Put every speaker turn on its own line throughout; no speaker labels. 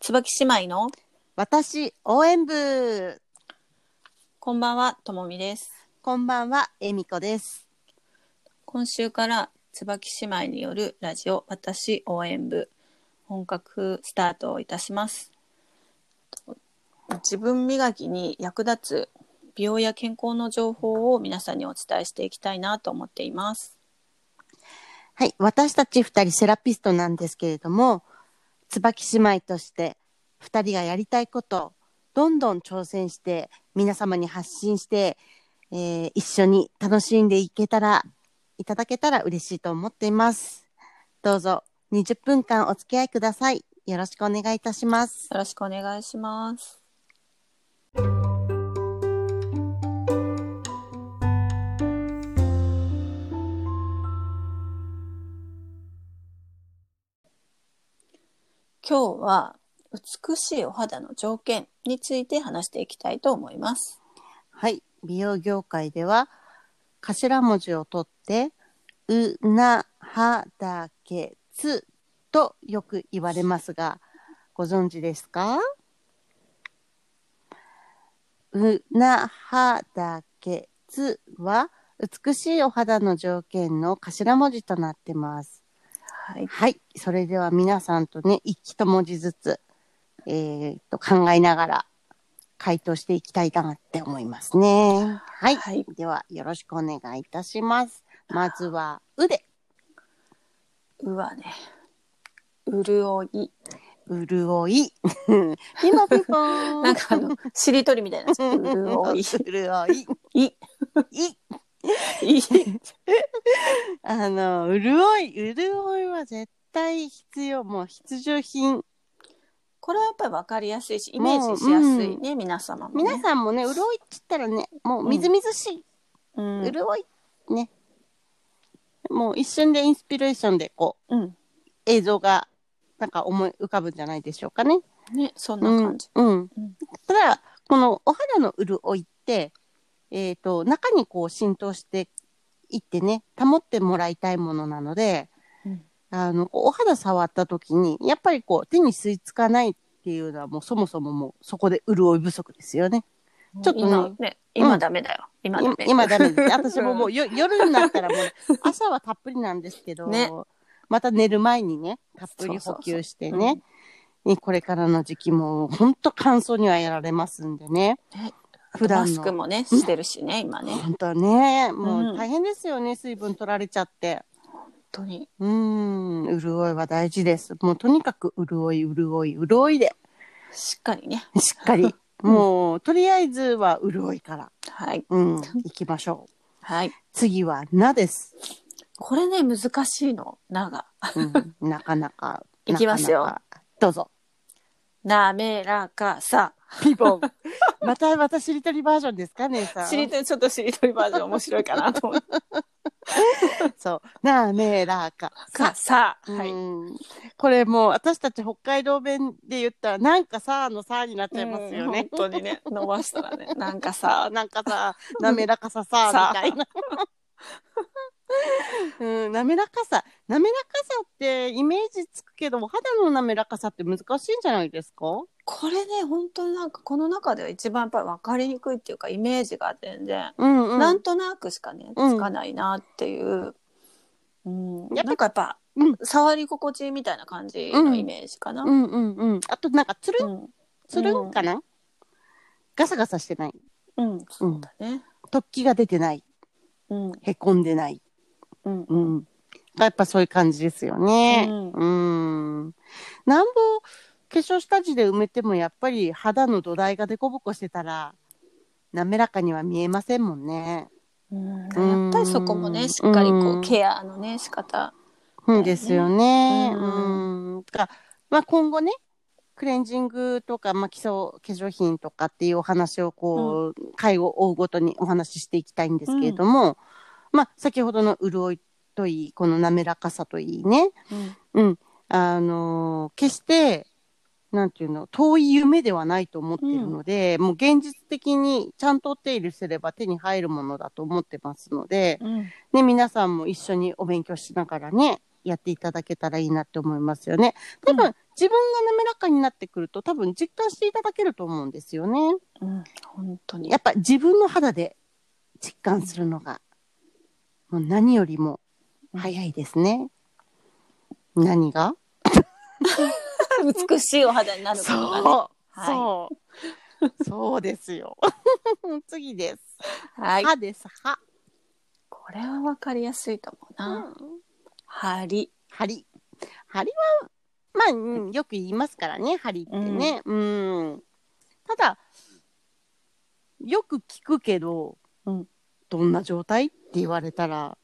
椿姉妹の
私応援部
こんばんはともみです
こんばんはえみこです
今週から椿姉妹によるラジオ私応援部本格スタートをいたします自分磨きに役立つ美容や健康の情報を皆さんにお伝えしていきたいなと思っています
はい私たち二人セラピストなんですけれども椿姉妹として二人がやりたいことをどんどん挑戦して皆様に発信して、えー一緒に楽しんでいけたらいただけたら嬉しいと思っていますどうぞ20分間お付き合いくださいよろしくお願いいたします
よろしくお願いします今日は美しいお肌の条件について話していきたいと思います。
はい美容業界では頭文字を取って「うなはだけつ」とよく言われますがご存知ですかうなはだけつは美しいお肌の条件の頭文字となってます。
はい、
はい、それでは皆さんとね一一文字ずつ、えー、と考えながら回答していきたいなって思いますね。はい、
はい
ではよろしくお願いいたします。まずは腕、
うわね。潤い。
潤い、 ピンポンピンポン、
なんかあ の、しりとりみたいな。潤い。
潤い、
い。
い、
い。
あの潤い、潤いは絶対必要、もう必需品。
これはやっぱり分かりやすいし、イメージしやすいね、皆様も、ね。
皆さんもね、潤いって言ったらね、もうみずみずしい
うん、
潤いねもう一瞬でインスピレーションでこ
うん。
う映像がなんか思い浮かぶんじゃないでしょうかね。
ね、そんな感じ。
うんうん
うん
ただこのお肌の潤いって、えー、と中にこう浸透していってね保ってもらいたいものなので、
うん
あのお肌触った時にやっぱりこう手に吸い付かないっていうのはもうそもそももうそこで潤い不足ですよね。ちょっとね
今ね、今ダメだよ。今ダメ。
今ダ メです。私ももうよ夜になったらもう朝はたっぷりなんですけど、
ね
また寝る前にね、たっぷり補給してね、ねこれからの時期も本当乾燥にはやられますんでね。
ね
普
マ
段
スク
の
もね、してるしね、今ね。
本当ね、もうんう大変ですよね、水分取られちゃって。
本当に。
うーん、潤いは大事です。もうとにかく潤い、潤い、潤いで、
しっかりね。
しっかり。
うん
もう、とりあえずは潤いから、
はい。
うん、行きましょう。
はい。
次は、なです。
これね、難しいの。なが。
うんなかなか。
いきますよ
なかなか。どうぞ。
なめらかさ。
ピボン。 また、またしりとりバージョンですかねさん。
しりとり、ちょっとしりとりバージョン面白いかなと思って。
そう。なめらか。
か、さ。は。
はいい。これもう私たち北海道弁で言ったら、なんかさのさになっちゃいますよね。
うん本当にね、伸ばしたらね、なんかさ。
なんか さ、なめらかささ、
さ
みたいな。 うん、なめらかさ。なめらかさってイメージつくけど、お肌のなめらかさって難しいんじゃないですか
これね、本当になんか、この中では一番やっぱり分かりにくいっていうか、イメージが全然、
うんうん。
なんとなくしかね、
うん
つかないなっていう。うん、
やっぱ
なんかやっぱ、
うん
触り心地みたいな感じのイメージかな。
うんうんうん。あとなんかつるん
うん。
つるんかな、ガサガサしてない。
うん。そうだね。
突起が出てない。
うん。
へこんでない。
うん。
うん。やっぱそういう感じですよね。
うん
うん。なんぼ化粧下地で埋めてもやっぱり肌の土台がデコボコしてたら滑らかには見えませんもんね。
うん
うん
やっぱりそこもね、しっかりこ
う
うんケアのね、仕方。
うんですよね。
う
うんん。がまあ今後ね、クレンジングとか、まあ、基礎化粧品とかっていうお話をこう、会を追うごとにお話ししていきたいんですけれども、まあ先ほどの潤いといい、この滑らかさといいね、
うん
うん。あのー決して、なんていうの、遠い夢ではないと思っているので、もう現実的にちゃんとお手入れすれば手に入るものだと思ってますので、
うん
ね、皆さんも一緒にお勉強しながらね、やっていただけたらいいなって思いますよね。多分、
う
自分が滑らかになってくると多分実感していただけると思うんですよね。
うん、本当に
やっぱ自分の肌で実感するのが、もう何よりも早いですね。何が
美しいお肌になることがね。
そう、そう、 そうですよ。次です。
はい。
歯です、歯。
これはわかりやすいと思うな。
うん
張り。
ハリ。ハリは、まあうん、よく言いますからね、ハリってね。うん。ただ、よく聞くけど、
うん
どんな状態って言われたら、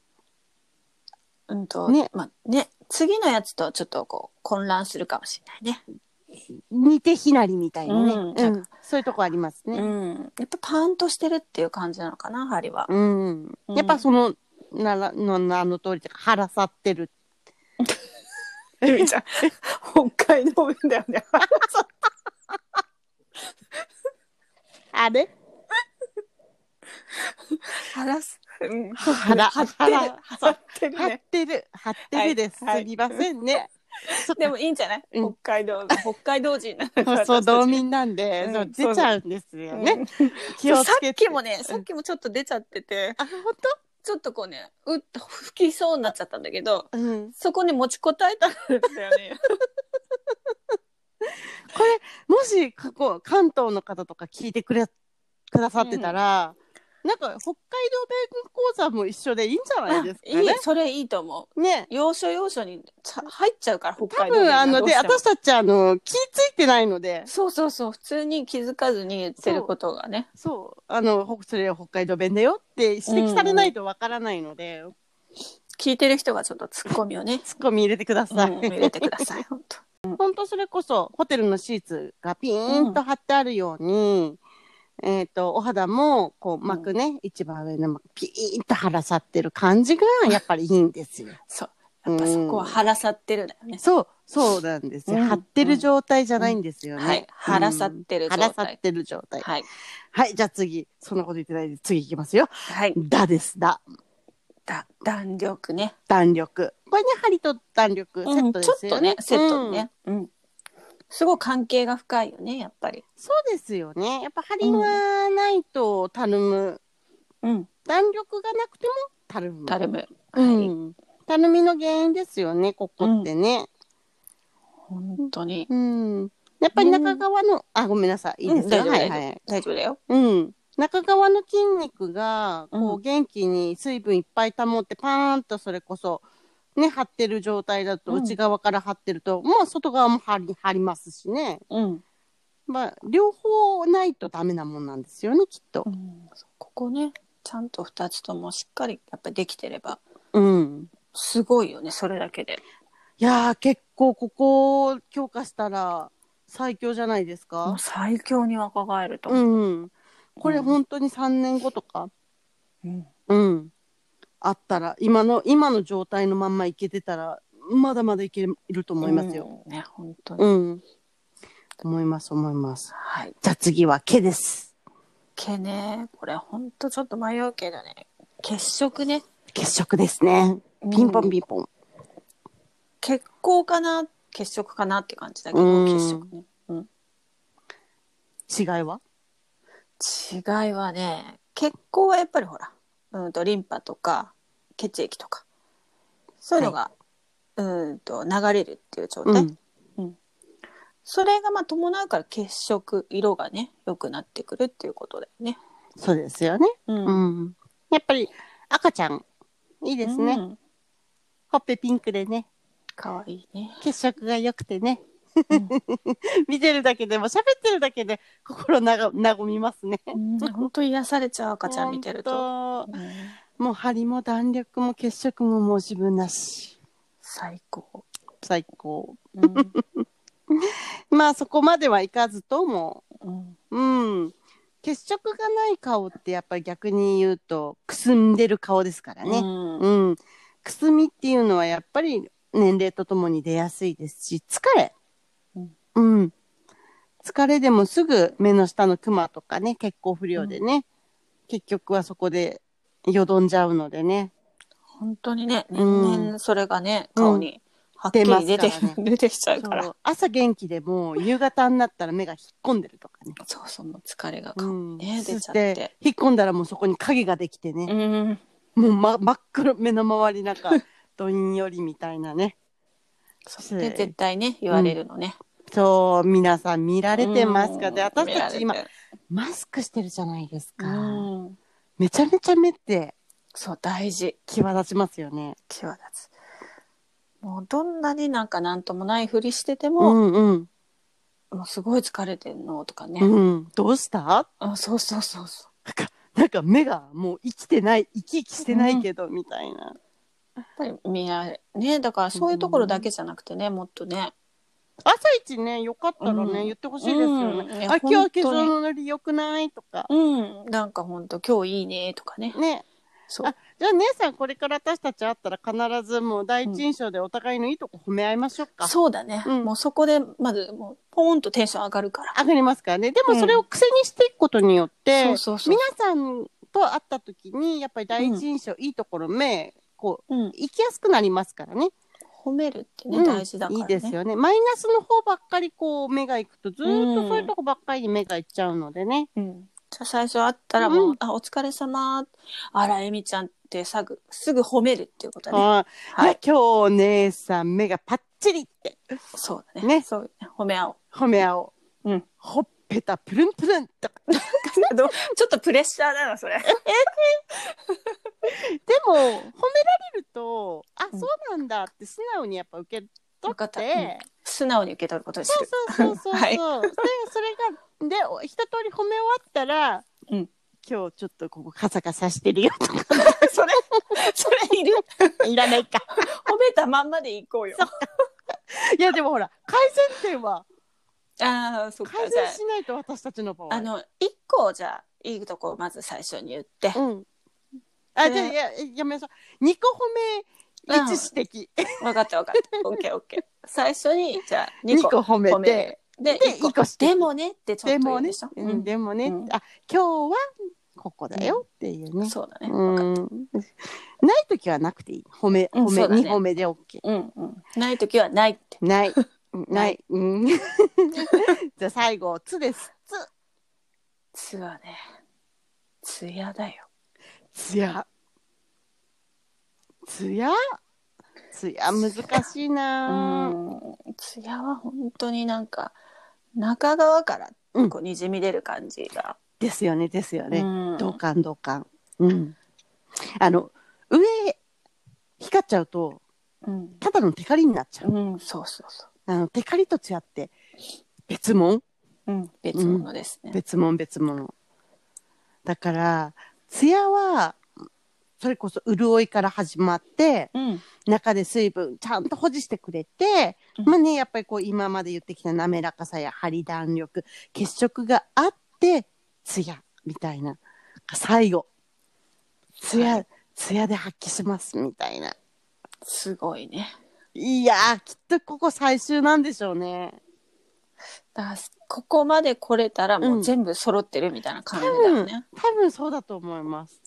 うんと、
ね
ね、まあね、次のやつとはちょっとこう混乱するかもしれないね。
似て非なりみたいなね。
うん
うんそういうとこありますね。
うん。やっぱパンとしてるっていう感じなのかな、針は。
うん。
うん
やっぱその、ならの名の通りで腹さってる。
えみちゃん、北海道弁だよね。
あれ
腹す。うん、
腹
張ってる。
腹
張ってる
張っ
ね。
てる。張ってるです。
はいはい
すみませんね。
でもいいんじゃない、
うん
北海道、北海道人なんだから
そう そう、
私たち
道民なんで、
うん
そう出ちゃうんですよね。
うん
気をつ
さ
け。
ってきもね、さっきもちょっと出ちゃってて、
あ、本
ちょっとこうね、うっと吹きそうになっちゃったんだけど、
当うん。
そこに持ちこたえたんだよね。
もし、過去、関東の方とか聞いてくれ、くださってたら、なんか、北海道米軍講座も一緒でいいんじゃないですか
あいい
ね。
それいいと思う。
ね。
要所要所にちゃ入っちゃうから北
多
海道弁
分、
が
あの、
どう
で、
しても
私たち、あの、気ついてないので、
そうそうそう普通に気づかずに言ってることがね
そう、あの、ほそれは北海道弁だよって指摘されないとわからないので、
聞いてる人がちょっとツッコミをね、
ツッコミ入れてくだ
うん
さい。、
入れてくだ さい本当
ほんとそれこそホテルのシーツがピーンと貼ってあるように、えっ、と、お肌もこう巻くね、一番上のピーンと張らさってる感じがやっぱりいいんですよ。
そうやっぱそこは腹さってるだよね、
そう、そうなんですよ。
うん
張ってる状態じゃないんですよね。
はい腹さってる状態
張らさってる状態。はい、
はい
じゃあ次、そんなこと言ってないで次いきますよ。
はい
だです、だ。
だ弾力ね
弾力。これね、針と弾力、セ
う
ッ
ん
トで
ちょっ
すよ
と
ね
ね。セットね、うんすごい関係が深いよねやっぱり
うんそうですよね。やっぱ針がないとたるむ。
うん
弾力がなくてもたるむ。
たるむ、はい
うんたるみの原因ですよね、ここってね。
本当に
うん。やっぱり中側の、あ、ごめんなさい。いいですよ。
うん
は
大丈
い
夫
はい。
大丈夫だよ
うん。中側の筋肉が、こ
う
う、元気に水分いっぱい保って、パーンとそれこそ、ね、張ってる状態だと、
うん
内側から張ってると、もう外側も張り、張りますしね。
うん、
まあ、両方ないとダメなもんなんですよね、きっと
う。ん、そうここねちゃんと2つともしっかりやっぱできてれば
うん。
すごいよねそれだけで
いやー結構ここを強化したら最強じゃないです
もう
か。
最強に若返ると
う
思う、
ん。これ
うん
本当に3年後とか、
うん
うん。あったら、今の、今の状態のまんまいけてたら、まだまだいけると思いますよ。、
うんね本当に、
うん。思います、思います。
はい
じゃあ次は毛です。
毛ねこれ本当ちょっと迷うけどね血色ね
血色ですね。ピンポ
う
ン
ん
ピンポン。
血行かな血色かなって感じだけど、
うん
血色ね、うん、
違いは
違いはね血行はやっぱりほらうんとリンパとか血液とかそういうのが、うんと流れるっていう状態、
うん。
それがまあ伴うから血色色がね良くなってくるっていうことだよね。
そうですよね。
うん
うん。やっぱり赤ちゃん、いいですね。
うん
ほっぺピンクでね。
かわいいね。
血色が良くてね、
うん
見てるだけでも喋ってるだけで心なが和みますね
本当癒されちゃう赤ちゃん見てると。
ほんと
うん
もう張りも弾力も血色も申し分なし
最高。
最高
うん
まあそこまではいかずとも
うん
うん血色がない顔ってやっぱり逆に言うとくすんでる顔ですから
う
ね
ん
うん、くすみっていうのはやっぱり年齢とともに出やすいですし疲れ
うん
うん。疲れでもすぐ目の下のクマとかね、血行不良でね、結局はそこでよどんじゃうのでね。
本当にね、年
うん
々それがね、
うん
顔にはっきり出
出ま
て、
すから
出てきちゃうから。
そう朝元気でも夕方になったら目が引っ込んでるとかね。
そうそう、もう疲れが
う
顔に
ん
ね、出ちゃっ
そして
て。
引っ込んだらもうそこに影ができて
う
ね、
ん、
もう、ま、真っ黒目の周りな んかどんよりみたいなね
そうで絶対ね言われるのね。
そう皆さん見られてますか
うん
で私たち今
見られて
マスクしてるじゃないですか、
うん、
めちゃめちゃ目って
そう大事
際立ちますよね
際立つ。もうどんなになんかなんともないふりしてて
う
も、
んうん、
もうすごい疲れてるのとかね。
うん、どうした
あそうそうそうそう。
なんか目がもう生きてない生き生きしてないけど、みたいな
やっぱり見られねだからそういうところだけじゃなくてねもっとね。
朝一ねよかったらね、
うん
言ってほしいですよね、
うんいや
あ今
本当
日
に
化粧のノリ良くないとか
うんなんか本当今日いいねとかね。
ね
そう
あじゃあ姉さんこれから私たち会ったら必ずもう第一印象でお互いのいいとこ褒め合いましょうか。
そうだね、
うん
もうそこでまずもうポーンとテンション上がるから。
上がりますからね。でもそれを癖にしていくことによって、
そうそうそう
皆。さんと会った時にやっぱり第一印象、いいところ目こう
うん、
行きやすくなりますからね。
褒めるってね、
うん
大事だからね。
いいですよね。マイナスの方ばっかりこう目が行くとずーっ
うん
とそういうとこばっかりに目が行っちゃうのでね。
うん、じゃあ最初会ったらもう「
うん
あお疲れ様あらえみちゃん」ってさぐすぐ褒めるっていうことね。
はいい
は
や
い、
今日姉さん目がパッチリって
そうだね。
ね
そうね褒め合おう。
褒め合おう。
うん
ほっぺたプルンプルンとか。
どうちょっとプレッシャーだなそれ。
でも褒められるとあ、
うん
そうなんだって素直にやっぱ受け取
分か
っ
った
て、
うん素直に受け取ることにす
そう
る。
そうそうそう、
はい
でそれがでお一通り褒め終わったら、
うん
今日ちょっとここカサカサしてるよとか
それそれいる
いらないか
褒めたまんまでいこうよ。
いやでもほら改善点は
ああそっか
改
じゃ
善しないと私たちの場合
ああの一個じゃあいいとこをまず最初に言って。
うんあ
ね
じゃあいややめましょう2個褒め
うん
1指摘、
分かった分か った。オッケーオッケー。最初にじゃあ
二
二
個
個
褒め
褒め
て
る。で
で
一個
一個指摘
でもねってちょ
で
っと言
も
う
ね
でしょ。、
うん、でもね、
うん
あ今日はここだよっていうね、
そうだね。
うんない時はなくていい褒め
うん
褒
そ
め、
うだね
二褒めで OK
うんうん。ない時はないって。
ないない、うん、 じゃあ最後「つ」です「つ
つはね、つやだよ。」
つやつやつや難しいうな、
ん。つやは本当になんか、中側から
うん
こうにじみ出る感じが。
ですよねですよ
う
ね、
ん
同感同感うんあの上光っちゃうと
うん。
ただのテカリになっちゃう
うん、そうそうそ
あのテカリとつやって別物
う。うん。別物ですね。
別物別物だから艶はそれこそ潤いから始まって
うん。
中で水分ちゃんと保持してくれて、
うん
まあねやっぱりこう今まで言ってきた滑らかさや張り弾力血色があって艶みたいな最後
は
艶艶で発揮しますみたいな。
すごいね。
いやーきっとここ最終なんでしょうね。
だからここまで来れたらもううん全部揃ってるみたいな感じだ
多
よ
分、
ね。
多分そうだと思います。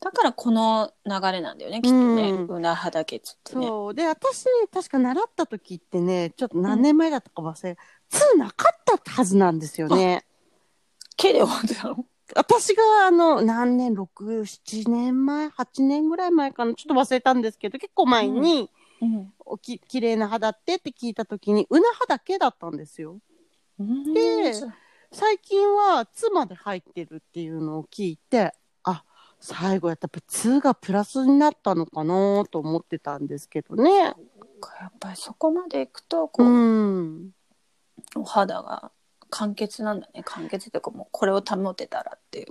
だからこの流れなんだよね、きっとね。
うん
うなはだけつってね。
そうで私ね確か習った時ってねちょっと何年前だったか忘れ、2なかったはずなんですよね
けで終わったの
私があの何年67年前8年ぐらい前かなちょっと忘れたんですけど結構前に、
うん。
おき綺麗な肌ってって聞いた時にうな肌系だったんですよで最近は「つ」まで入ってるっていうのを聞いてあ最後やったやっぱ「つ」がプラスになったのかなと思ってたんですけどね
やっぱりそこまでいくとこ
う
う、
ん
お肌が完結なんだね完結っていうかもうこれを保てたらっていう、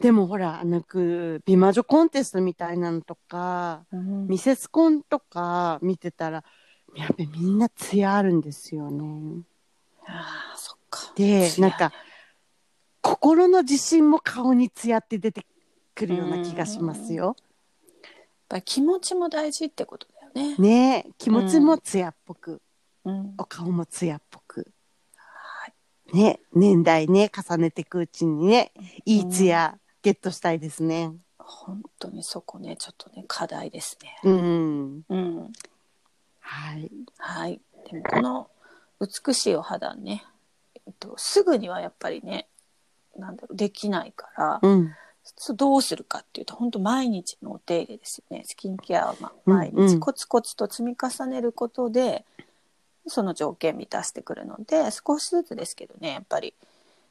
でもほら、なんか、美魔女コンテストみたいなのとか、ミセスコンとか見てたら、やっぱみんなツヤあるんですよね。
ああそっか
で、
艶
なんか、心の自信も顔にツヤって出てくるような気がしますよ。
やっぱり気持ちも大事ってことだよね、
ねえ気持ちもツヤっぽく、
うん
お顔もツヤっぽく。
はい
ね、年代ね、重ねていくうちにね、いいツヤゲットしたいですね。
本当にそこねちょっとね課題ですね。
うん。
うん、
はい。
はいでもこの美しいお肌ね、えっと、すぐにはやっぱりねなんだろうできないから、
うん。
そうどうするかっていうと本当毎日のお手入れですよねスキンケアは、まあ、
うん
毎
う
日
ん
コツコツと積み重ねることで、その条件満たしてくるので少しずつですけどねやっぱり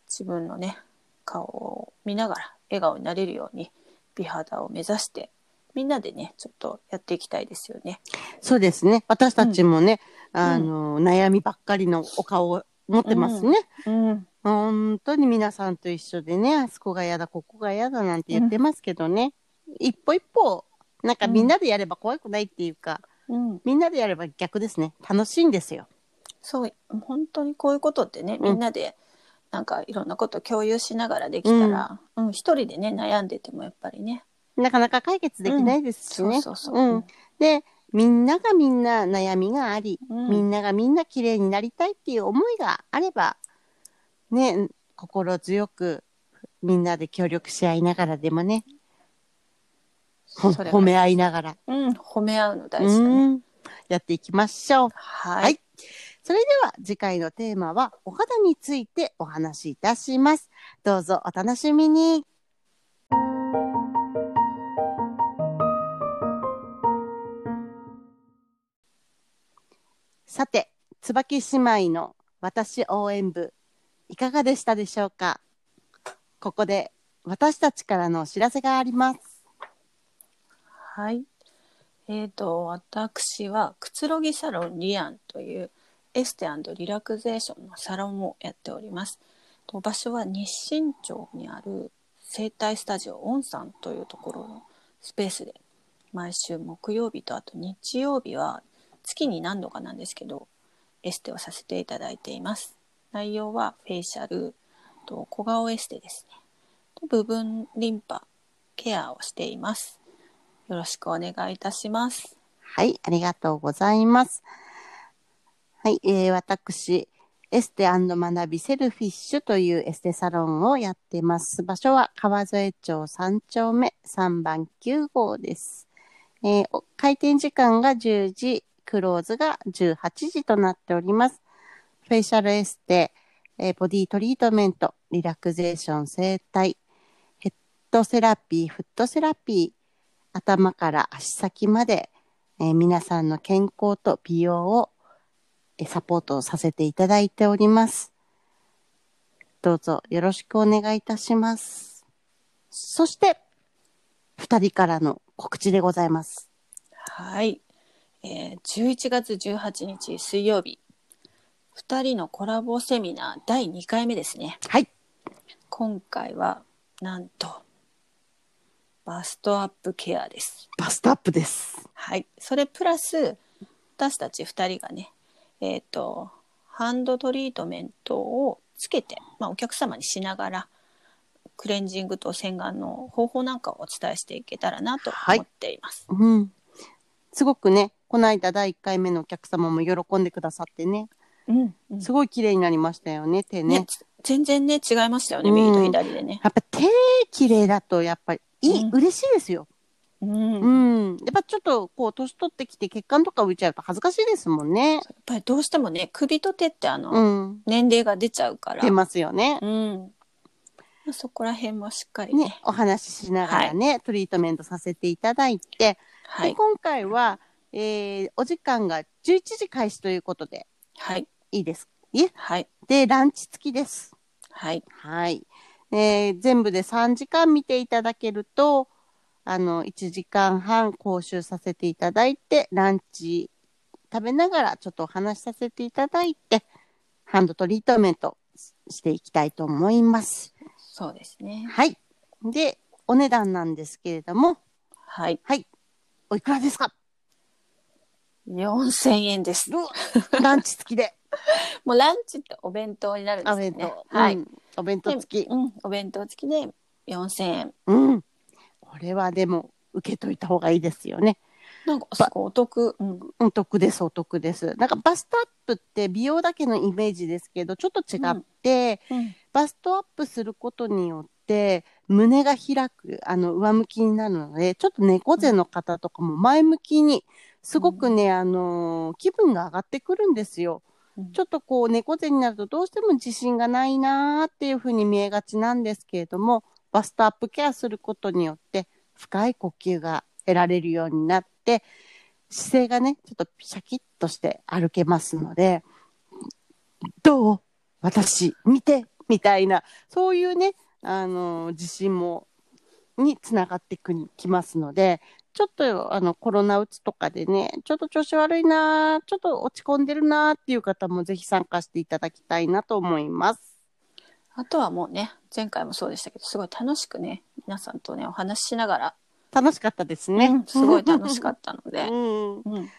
自分のね顔を見ながら笑顔になれるように美肌を目指してみんなでねちょっとやっていきたいですよね。
そうですね。私たちもね、あの、悩みばっかりのお顔を持ってますね。
うん、
本当に皆さんと一緒でね、あそこが嫌だ、ここが嫌だなんて言ってますけどね。一歩一歩、なんかみんなでやれば怖くないっていうか、
うん、
みんなでやれば逆ですね。楽しいんですよ。
そう本当にこういうことってねみんなでなんかいろんなこと共有しながらできたら、うん一人でね悩んでてもやっぱりね
なかなか解決できないですし
そ
ね。
うそうそう、
うんで、みんながみんな悩みがあり、
うん
みんながみんな綺麗になりたいっていう思いがあれば、ね、心強く、みんなで協力し合いながらでもね、ほ
それは
褒め合いながら、
うん、褒め合うの大事だね。
うんやっていきましょう。
はい、
はいそれでは次回のテーマは、お肌についてお話しいたします。どうぞお楽しみに。さて、椿姉妹の私応援部、いかがでしたでしょうかここで私たちからのお知らせがあります。
はい。えー、と私はくつろぎサロンリアンというエステリラクゼーションのサロンをやっております。と場所は日新町にある整体スタジオオンさんというところのスペースで毎週木曜日とあと日曜日は月に何度かなんですけどエステをさせていただいています。内容はフェイシャルと小顔エステですね。と部分リンパケアをしています。よろしくお願いいたします。
はい、ありがとうございます。はい、えー私、エステ学びセルフィッシュというエステサロンをやってます。場所は川添町3丁目3番9号です。えーお開店時間が10時、クローズが18時となっております。フェイシャルエステ、えーボディトリートメント、リラクゼーション、整体、ヘッドセラピー、フットセラピー、頭から足先まで、えー皆さんの健康と美容をえーサポートをさせていただいております。どうぞよろしくお願いいたします。そして、二人からの告知でございます。
はい。えー、11月18日水曜日、2人のコラボセミナー第2回目ですね。
はい。
今回は、なんと、バストアップケアです。
バストアップです。
はい。それプラス、私たち2人がね、えっ、と、ハンドトリートメントをつけて、まあ、お客様にしながら、クレンジングと洗顔の方法なんかをお伝えしていけたらなと思っています。
うん。すごくね、この間第1回目のお客様も喜んでくださってね、
うん、うん
すごい綺麗になりましたよね、手ね。
ね、つ全然ね違いましたよね
うん
右と左でね。
やっぱ手綺麗だと、やっぱりいい、
うん
嬉しいですよ。
うん
う
やっ
ん。やっぱちょっと、こう、年取ってきて血管とか浮いちゃうと恥ずかしいですもんね。
ぱりどうしてもね首と手ってあの、
うん。
年齢が出ちゃうから、
出ますよね。
うん、そこら辺もしっかりね
ね、お話ししながらね、トリートメントさせていただいて、
は
で
い
今回は、えーお時間が11時開始ということで、
はい
いいです。いえ
はい
で、ランチ付きです。
はい
はい。えー全部で3時間見ていただけると、あの、1時間半講習させていただいて、ランチ食べながらちょっとお話しさせていただいて、ハンドトリートメントしていきたいと思います。
そうですね
はい。で、お値段なんですけれども、
はい
はい。おいくらですか
4000円です
うわランチ付きで。
もうランチってお弁当になるんです
お
よね
弁当。
はい、
うんお弁当
で
付き。
うん、お弁当付きで4000円
うん。これはでも、受けといた方がいいですよね。
なんかすごいお得、うん、
お得です、お得です。なんかバストアップって美容だけのイメージですけど、ちょっと違って、
うん
バストアップすることによって、胸が開く、あの、上向きになるので、ちょっと猫背の方とかも前向きに、すごくね、あのー気分が上がってくるんですよ。
うん
ちょっとこう、猫背になるとどうしても自信がないなーっていうふうに見えがちなんですけれども、バストアップケアすることによって、深い呼吸が得られるようになって、姿勢がね、ちょっとシャキッとして歩けますので、どう私、見てみたいな、そういうね、あの、自信も、につながってくにきますので、ちょっとあのコロナうつとかでね、ちょっと調子悪いな、ちょっと落ち込んでるなっていう方もぜひ参加していただきたいなと思います。
あとはもうね前回もそうでしたけどすごい楽しくね皆さんとねお話ししながら
楽しかったですね。
すごい楽しかったの
た
で、
うん。
うん、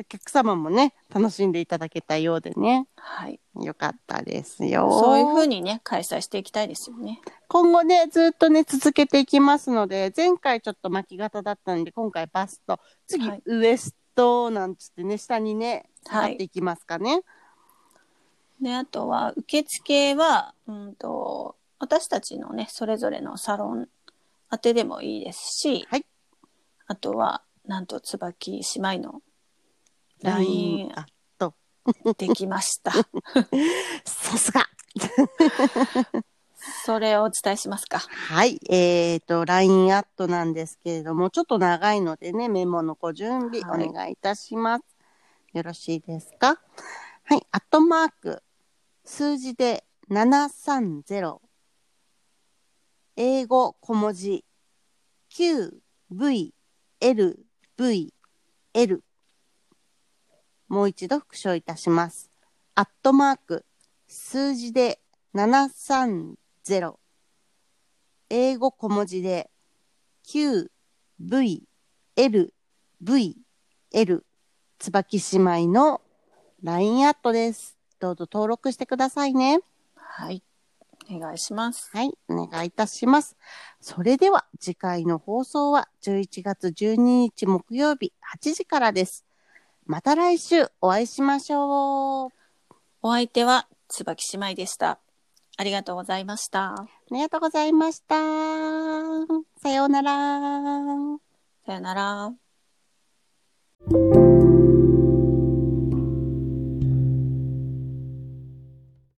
お客様もね、楽しんでいただけたようでね、
はい
よかったですよ。
そういうふうにね開催していきたいですよね。
今後ね、ずっとね、続けていきますので、前回ちょっと巻き型だったので、今回バスト、次、
はい
ウエストなんつってね、下にね、
は
上がって
い、
いきますかね。
であとは受付は、うん、と私たちのねそれぞれのサロン宛てでもいいですし、
はい
あとはなんと椿姉妹の LINE
LINE、あ
できました。
さすが
それをお伝えしますか。
はい。えっ、と、LINE アットなんですけれども、ちょっと長いのでね、メモのご準備
はい
お願いいたします。よろしいですかはい。アットマーク、数字で730、英語小文字、Q、V、L、V、L。もう一度復唱いたします。アットマーク、数字で730、英語小文字で Q、V、L、V、L 椿姉妹の LINE アットです。どうぞ登録してくださいね。
はい、お願いします。
はい、お願いいたします。それでは次回の放送は11月12日木曜日8時からです。また来週お会いしましょう。
お相手は椿姉妹でした。ありがとうございました。
ありがとうございました。さようなら。
さよなら。